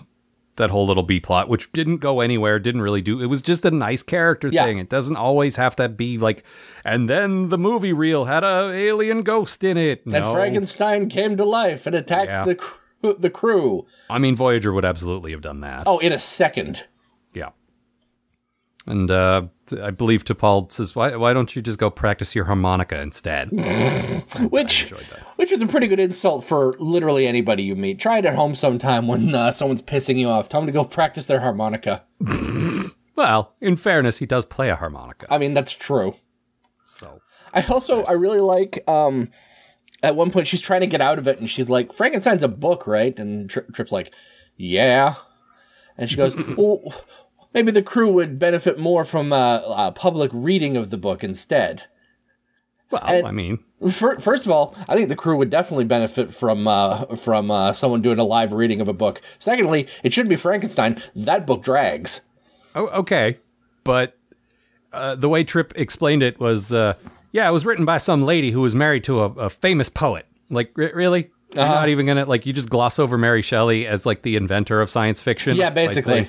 S2: that whole little B plot which didn't go anywhere, didn't really do. It was just a nice character
S4: Yeah.
S2: thing. It doesn't always have to be like and then the movie reel had a alien ghost in it.
S4: And
S2: No.
S4: Frankenstein came to life and attacked
S2: Yeah.
S4: the crew, the crew.
S2: I mean Voyager would absolutely have done that.
S4: Oh, in a second.
S2: Yeah. And uh th- I believe T'Pol says why why don't you just go practice your harmonica instead?
S4: Which which is a pretty good insult for literally anybody you meet. Try it at home sometime when uh, someone's pissing you off. Tell them to go practice their harmonica.
S2: well, in fairness, he does play a harmonica.
S4: I mean, that's true.
S2: So
S4: I also I really like um at one point she's trying to get out of it and she's like Frankenstein's a book, right? And Tri- Trip's like, "Yeah." And she goes, "Well, maybe the crew would benefit more from a uh, uh, public reading of the book instead."
S2: well, I mean,
S4: Fir- First of all, I think the crew would definitely benefit from uh, from uh, someone doing a live reading of a book. Secondly, it shouldn't be Frankenstein. That book drags.
S2: Oh, okay. But uh, the way Tripp explained it was, uh, yeah, it was written by some lady who was married to a, a famous poet. Like, re- really? You're
S4: Uh-huh.
S2: not even gonna like you just gloss over Mary Shelley as like the inventor of science fiction.
S4: Yeah,
S2: by
S4: basically.
S2: saying,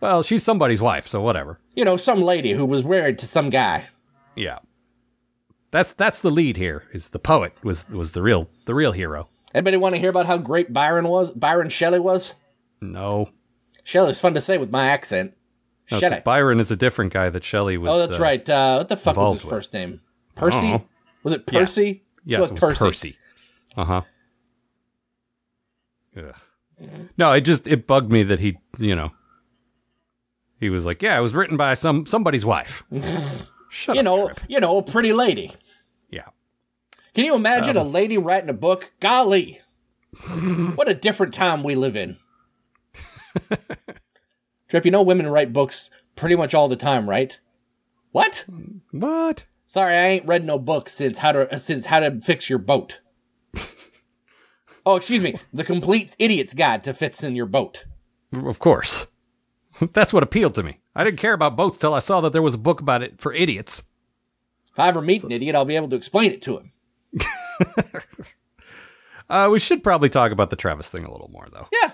S2: well, she's somebody's wife, so whatever.
S4: You know, some lady who was married to some guy.
S2: Yeah, that's that's the lead here. Is the poet was was the real the real hero?
S4: Anybody want to hear about how great Byron was? Byron Shelley was.
S2: No,
S4: Shelley's fun to say with my accent.
S2: no so
S4: Shelley.
S2: Byron is a different guy that Shelley was.
S4: oh, that's
S2: uh,
S4: right. Uh, what the fuck was
S2: involved
S4: his
S2: with.
S4: first name? Percy.
S2: know.
S4: Was it Percy?
S2: Yes,
S4: Let's
S2: it
S4: go
S2: was
S4: with
S2: Percy. Uh huh. No, it just it bugged me that he, you know, he was like, "Yeah, it was written by some somebody's wife." Shut
S4: You
S2: up,
S4: know,
S2: Trip.
S4: you know, a pretty lady.
S2: Yeah,
S4: Can you imagine
S2: Um,
S4: a lady writing a book? Golly, what a different time we live in. Trip, you know women write books pretty much all the time, right? What?
S2: what?
S4: Sorry, I ain't read no book since how to since how to fix your boat. oh, excuse me, the complete idiot's guide to fixing your boat.
S2: Of course, that's what appealed to me. I didn't care about boats till I saw that there was a book about it for idiots.
S4: If I ever meet an idiot, I'll be able to explain it to him.
S2: Uh, we should probably talk about the Travis thing a little more, though.
S4: Yeah,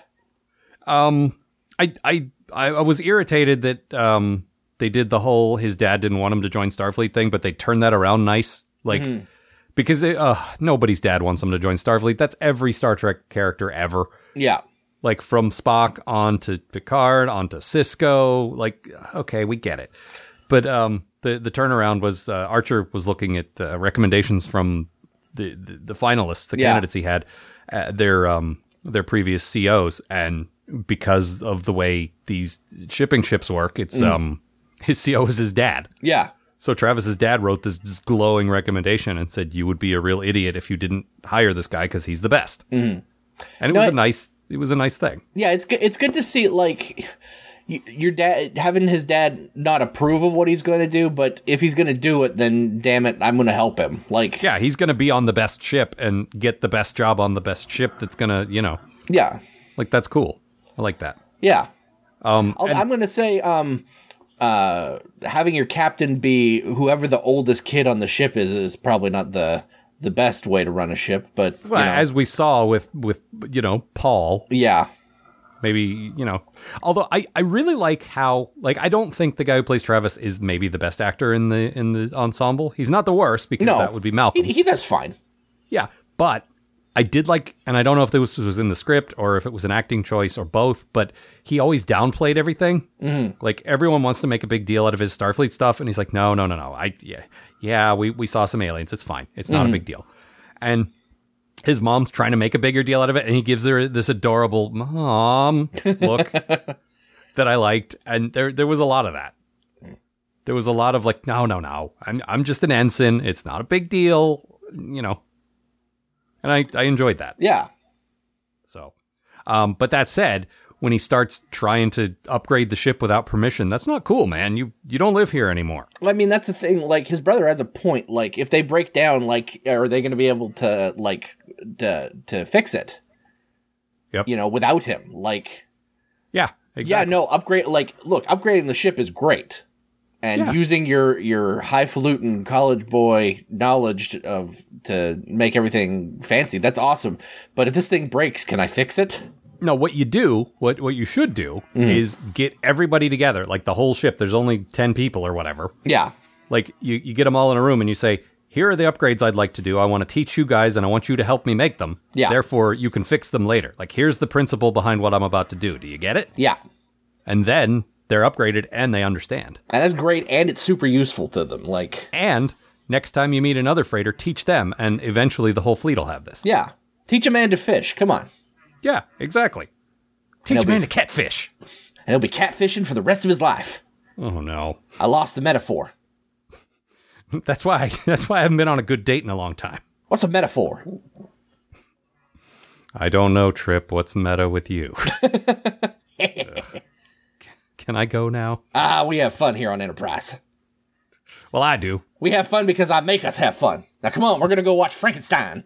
S2: Um, I, I, I I was irritated that um they did the whole his dad didn't want him to join Starfleet thing, but they turned that around nice, like because they uh nobody's dad wants him to join Starfleet. That's every Star Trek character ever,
S4: yeah.
S2: like from Spock on to Picard on to Cisco. Like, okay, we get it, but um the the turnaround was uh, Archer was looking at uh, recommendations from the, the the finalists, the
S4: Yeah.
S2: candidates he had, uh, their um their previous COs, and because of the way these shipping ships work, it's
S4: Mm.
S2: um his CO is his dad.
S4: Yeah.
S2: So Travis's dad wrote this, this glowing recommendation and said, "You would be a real idiot if you didn't hire this guy because he's the best." And it was
S4: Mm-hmm. I-
S2: a nice it was a nice thing.
S4: Yeah, it's good it's good to see like y- your dad having his dad not approve of what he's going to do, but if he's going to do it then damn it, I'm going to help him. Like
S2: Yeah, he's going to be on the best ship and get the best job on the best ship. That's gonna you know
S4: yeah.
S2: like that's cool. I like that.
S4: Yeah.
S2: Um,
S4: I'll- I'm going to say um uh having your captain be whoever the oldest kid on the ship is is probably not the the best way to run a ship, but you
S2: Well,
S4: know,
S2: as we saw with with you know Paul,
S4: yeah.
S2: maybe you know. Although I I really like how like I don't think the guy who plays Travis is maybe the best actor in the in the ensemble. He's not the worst because
S4: No.
S2: that would be Malcolm.
S4: He, he does fine.
S2: yeah, but I did like, and I don't know if this was in the script or if it was an acting choice or both, but he always downplayed everything. Like everyone wants to make a big deal out of his Starfleet stuff, and he's like, no, no, no, no. I yeah, yeah, we we saw some aliens. It's fine. It's not a big deal. And his mom's trying to make a bigger deal out of it, and he gives her this adorable mom look that I liked, and there there was a lot of that. There was a lot of like, no, no, no. I'm I'm just an ensign. It's not a big deal, you know. And I I enjoyed that.
S4: Yeah.
S2: So, um, but that said, when he starts trying to upgrade the ship without permission, that's not cool, man. You you don't live here anymore.
S4: Well, I mean, that's the thing. Like, his brother has a point. Like, if they break down, like, are they going to be able to, like, to, to fix it?
S2: Yep.
S4: You know, without him. Like,
S2: Yeah.
S4: yeah,
S2: Exactly.
S4: no, upgrade. Like, look, upgrading the ship is great. And
S2: Yeah.
S4: using your, your highfalutin college boy knowledge of to make everything fancy, that's awesome. But if this thing breaks, can I fix it?
S2: No, what you do, what what you should do
S4: Mm-hmm.
S2: is get everybody together, like the whole ship. There's only 10 people or whatever.
S4: Yeah.
S2: Like you you get them all in a room and you say, "Here are the upgrades I'd like to do. I want to teach you guys and I want you to help me make them."
S4: Yeah.
S2: Therefore, you can fix them later. Like here's the principle behind what I'm about to do. Do you get it?
S4: Yeah.
S2: And then they're upgraded and they understand.
S4: And that's great. And it's super useful to them. Like,
S2: And next time you meet another freighter, teach them, and eventually the whole fleet will have this.
S4: yeah. Teach a man to fish. Come on.
S2: Yeah, exactly. Teach
S4: That'll
S2: a man
S4: be-
S2: to catfish.
S4: And he'll be catfishing for the rest of his life.
S2: Oh no,
S4: I lost the metaphor.
S2: that's why. That's why I haven't been on a good date in a long time.
S4: What's a metaphor?
S2: I don't know, Trip. What's meta with you? Ugh. Can I go now?
S4: Ah, we have fun here on Enterprise.
S2: Well, I do.
S4: We have fun because I make us have fun. Now, come on, we're gonna go watch Frankenstein,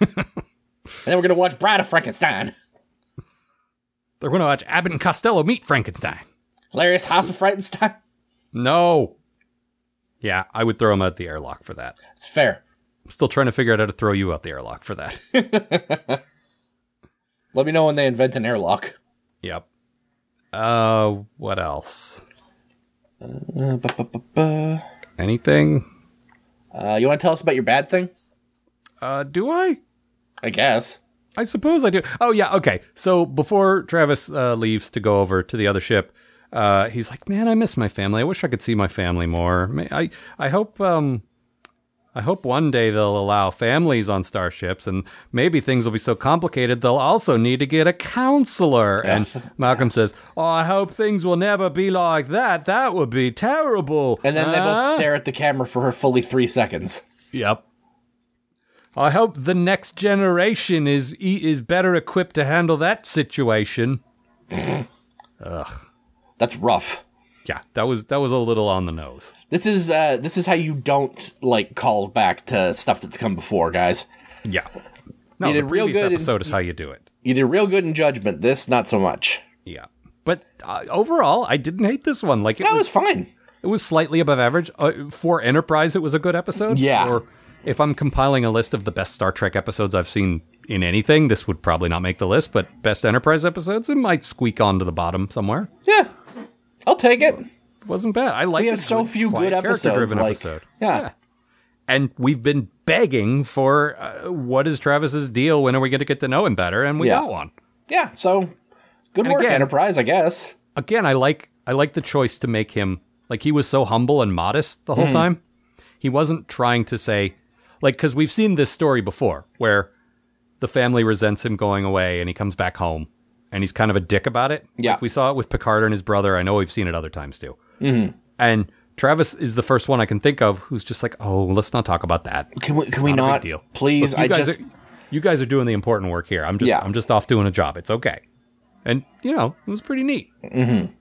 S4: and then we're gonna watch Bride of Frankenstein,
S2: They're going to watch Abbott and Costello meet Frankenstein.
S4: hilarious House of Frankenstein.
S2: No. Yeah, I would throw him out the airlock for that.
S4: It's fair.
S2: I'm still trying to figure out how to throw you out the airlock for that.
S4: Let me know when they invent an airlock.
S2: yep. Uh, what else?
S4: Uh, bu- bu- bu- bu.
S2: Anything?
S4: Uh, you want to tell us about your bad thing?
S2: Uh, do I?
S4: I guess.
S2: I suppose I do. Oh yeah, okay. So before Travis uh, leaves to go over to the other ship, uh, he's like, "Man, I miss my family. I wish I could see my family more. May- I I hope um, I hope one day they'll allow families on starships, and maybe things will be so complicated they'll also need to get a counselor. And Malcolm says, "Oh, I hope things will never be like that. That would be terrible."
S4: And then they
S2: Huh?
S4: both stare at the camera for fully three seconds.
S2: Yep. I hope the next generation is e, is better equipped to handle that situation.
S4: That's rough.
S2: Yeah, that was that was a little on the nose.
S4: This is uh, this is how you don't like call back to stuff that's come before, guys.
S2: Yeah. No,
S4: You
S2: the
S4: did real
S2: previous
S4: good in-
S2: episode is how you do it.
S4: You did real good in Judgment. This, not so much.
S2: Yeah. But uh, overall, I didn't hate this one. Like it
S4: That was
S2: was,
S4: fine.
S2: it was slightly above average uh, for Enterprise. It was a good episode.
S4: Yeah.
S2: Or if I'm compiling a list of the best Star Trek episodes I've seen in anything, this would probably not make the list. But best Enterprise episodes, it might squeak onto the bottom somewhere.
S4: Yeah, I'll take it.
S2: wasn't bad. I like.
S4: We have so few good episodes.
S2: Character-driven
S4: Like,
S2: episode.
S4: yeah.
S2: And we've been begging for uh, what is Travis's deal? When are we going to get to know him better? And we
S4: Yeah.
S2: got one.
S4: Yeah, so good work,
S2: again-
S4: Enterprise, I guess.
S2: Again, I like. I like the choice to make him like he was so humble and modest the whole time. He wasn't trying to say, like, because we've seen this story before where the family resents him going away and he comes back home and he's kind of a dick about it.
S4: Yeah.
S2: Like, we saw it with Picard and his brother. I know we've seen it other times too. And Travis is the first one I can think of who's just like, oh, let's not talk about that.
S4: Can we, can we
S2: Not a
S4: not?
S2: big deal.
S4: Please,
S2: Look, you
S4: I
S2: guys
S4: just.
S2: are, you guys are doing the important work here. I'm just
S4: Yeah.
S2: I'm just off doing a job. It's okay. And you know, it was pretty neat. Mm-hmm.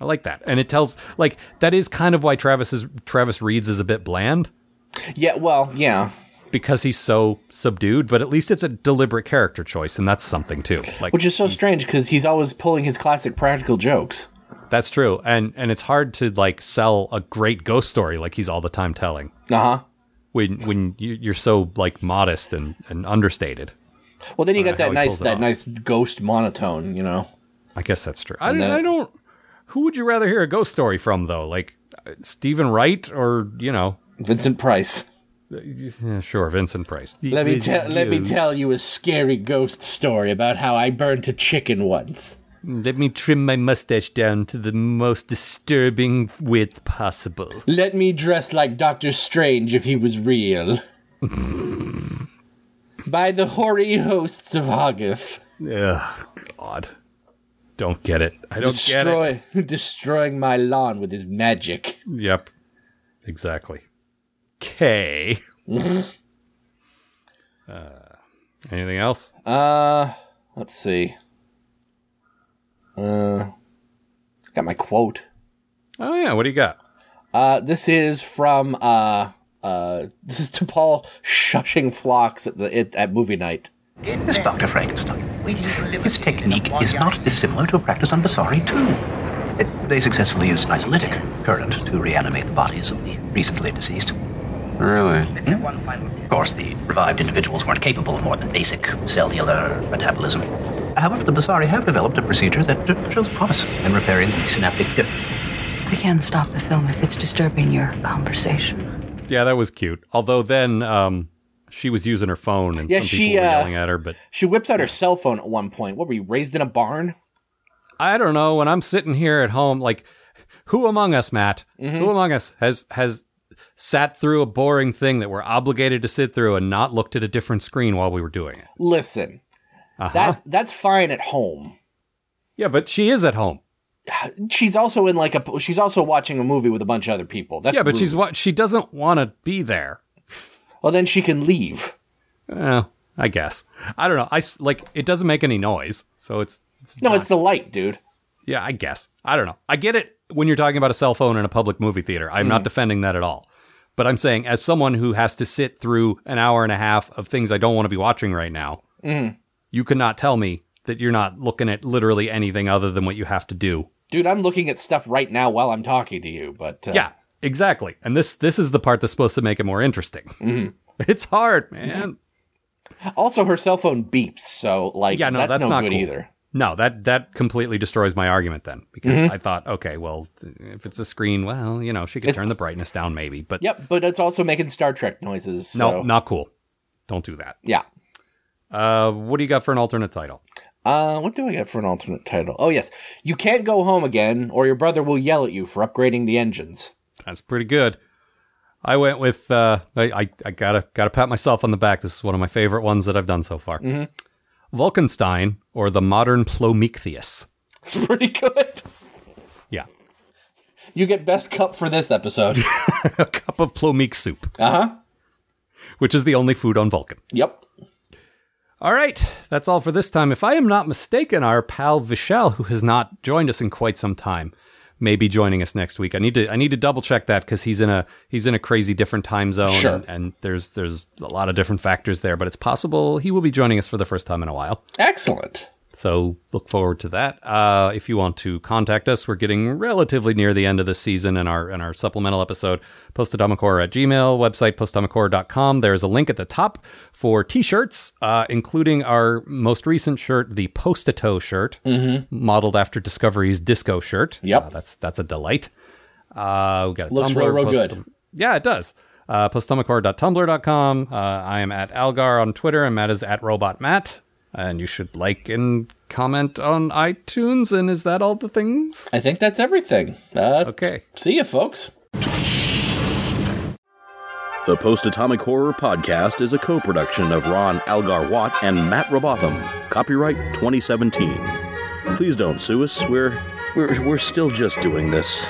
S2: I like that. And it tells like that is kind of why Travis is Travis Reeds is a bit bland
S4: Yeah, well, yeah.
S2: because he's so subdued, but at least it's a deliberate character choice and that's something too. Like
S4: Which is so strange because he's always pulling his classic practical jokes.
S2: that's true. And and it's hard to like sell a great ghost story like he's all the time telling.
S4: Uh huh.
S2: When when you- you're so like modest and, and understated.
S4: Well, then you got
S2: how
S4: that
S2: he
S4: nice
S2: pulls it
S4: that
S2: off.
S4: nice ghost monotone, you know.
S2: I guess that's true. I, don't-
S4: then-
S2: I don't. Who would you rather hear a ghost story from, though? Like uh, Stephen Wright, or you know,
S4: Vincent Price.
S2: yeah, sure, Vincent Price.
S4: Let me tell let me tell you a scary ghost story about how I burned a chicken once.
S2: Let me trim my mustache down to the most disturbing width possible.
S4: Let me dress like Doctor Strange if he was real. By the hoary hosts of Hoggith.
S2: Ugh, God, don't get it. I don't get it.
S4: destroy destroying my lawn with his magic.
S2: Yep, exactly. K. uh, anything else?
S4: Uh, Let's see. Uh, got my quote.
S2: Oh yeah, what do you got?
S4: Uh, this is from uh, uh, this is to Paul shushing flocks at the at, at movie night.
S5: is Dr. Frankenstein. His technique is not dissimilar to a practice on Basari too. It- They successfully used an isolytic current to reanimate the bodies of the recently deceased.
S6: Really?
S5: Of course, the revived individuals weren't capable of more than basic cellular metabolism. However, the Basari have developed a procedure that uh, shows promise in repairing the synaptic uh,
S7: We can stop the film if it's disturbing your conversation.
S2: Yeah, that was cute. Although then um, she was using her phone and
S4: Yeah,
S2: some
S4: she,
S2: people were
S4: uh,
S2: yelling at her. But
S4: She whips out her cell phone at one point. What were you raised in a barn?
S2: I don't know. When I'm sitting here at home, like who among us, Matt?
S4: Mm-hmm.
S2: Who among us has has sat through a boring thing that we're obligated to sit through and not looked at a different screen while we were doing it?
S4: Listen,
S2: Uh-huh.
S4: that that's fine at home.
S2: Yeah, but she is at home.
S4: She's also in like a she's also watching a movie with a bunch of other people. That's
S2: Yeah, but
S4: rude.
S2: she's what she doesn't want to be there.
S4: well then she can leave.
S2: Well, I guess I don't know. I s- like it doesn't make any noise, so it's
S4: No, it's the light, dude.
S2: Yeah, I guess. I don't know. I get it when you're talking about a cell phone in a public movie theater. I'm not defending that at all. But I'm saying, as someone who has to sit through an hour and a half of things I don't want to be watching right now, you cannot tell me that you're not looking at literally anything other than what you have to do.
S4: Dude, I'm looking at stuff right now while I'm talking to you, but uh,
S2: Yeah, exactly. And this this is the part that's supposed to make it more interesting. It's hard, man.
S4: Also, her cell phone beeps, so like
S2: Yeah, no,
S4: that's,
S2: that's
S4: no
S2: not
S4: good
S2: cool.
S4: either.
S2: No, that that completely destroys my argument then because I thought, okay, well, if it's a screen, well, you know, she could turn
S4: It's-
S2: the brightness down maybe, but
S4: Yep, but it's also making Star Trek noises.
S2: No,
S4: So,
S2: not cool. Don't do that.
S4: Yeah.
S2: Uh, what do you got for an alternate title?
S4: Uh, what do I get for an alternate title? Oh yes, you can't go home again, or your brother will yell at you for upgrading the engines.
S2: That's pretty good. I went with uh, I, I I gotta gotta pat myself on the back. This is one of my favorite ones that I've done so far. Vulcanstein or the modern Plomyctheus.
S4: It's pretty good.
S2: Yeah,
S4: You get best cup for this episode.
S2: a cup of Plomyc soup. Uh huh. Which is the only food on Vulcan.
S4: yep.
S2: All right, that's all for this time. If I am not mistaken, our pal Vishal, who has not joined us in quite some time, may be joining us next week. I need to I need to double check that because he's in a he's in a crazy different time zone,
S4: Sure.
S2: and, and there's there's a lot of different factors there. But it's possible he will be joining us for the first time in a while.
S4: Excellent.
S2: So look forward to that. Uh, if you want to contact us, we're getting relatively near the end of the season and our and our supplemental episode, postatomichorror at Gmail, website postatomichorror.com. There is a link at the top for t-shirts, uh, including our most recent shirt, the Postato shirt, modeled after Discovery's disco shirt.
S4: Mm-hmm. Yep.
S2: Uh, that's that's a delight. Uh, we got a
S4: Looks
S2: Tumblr,
S4: real, real
S2: post-
S4: good.
S2: Yeah, it does. Uh, postatomichorror.tumblr.com. Uh, I am at Algar on Twitter, and Matt is at Robot Matt. And you should like and comment on iTunes. And is that all the things?
S4: I think that's everything. Uh,
S2: Okay.
S4: See you, folks.
S3: The Post Atomic Horror Podcast is a co production of Ron Algar Watt and Matt Robotham. Copyright 2017. Please don't sue us. We're, we're, we're still just doing this.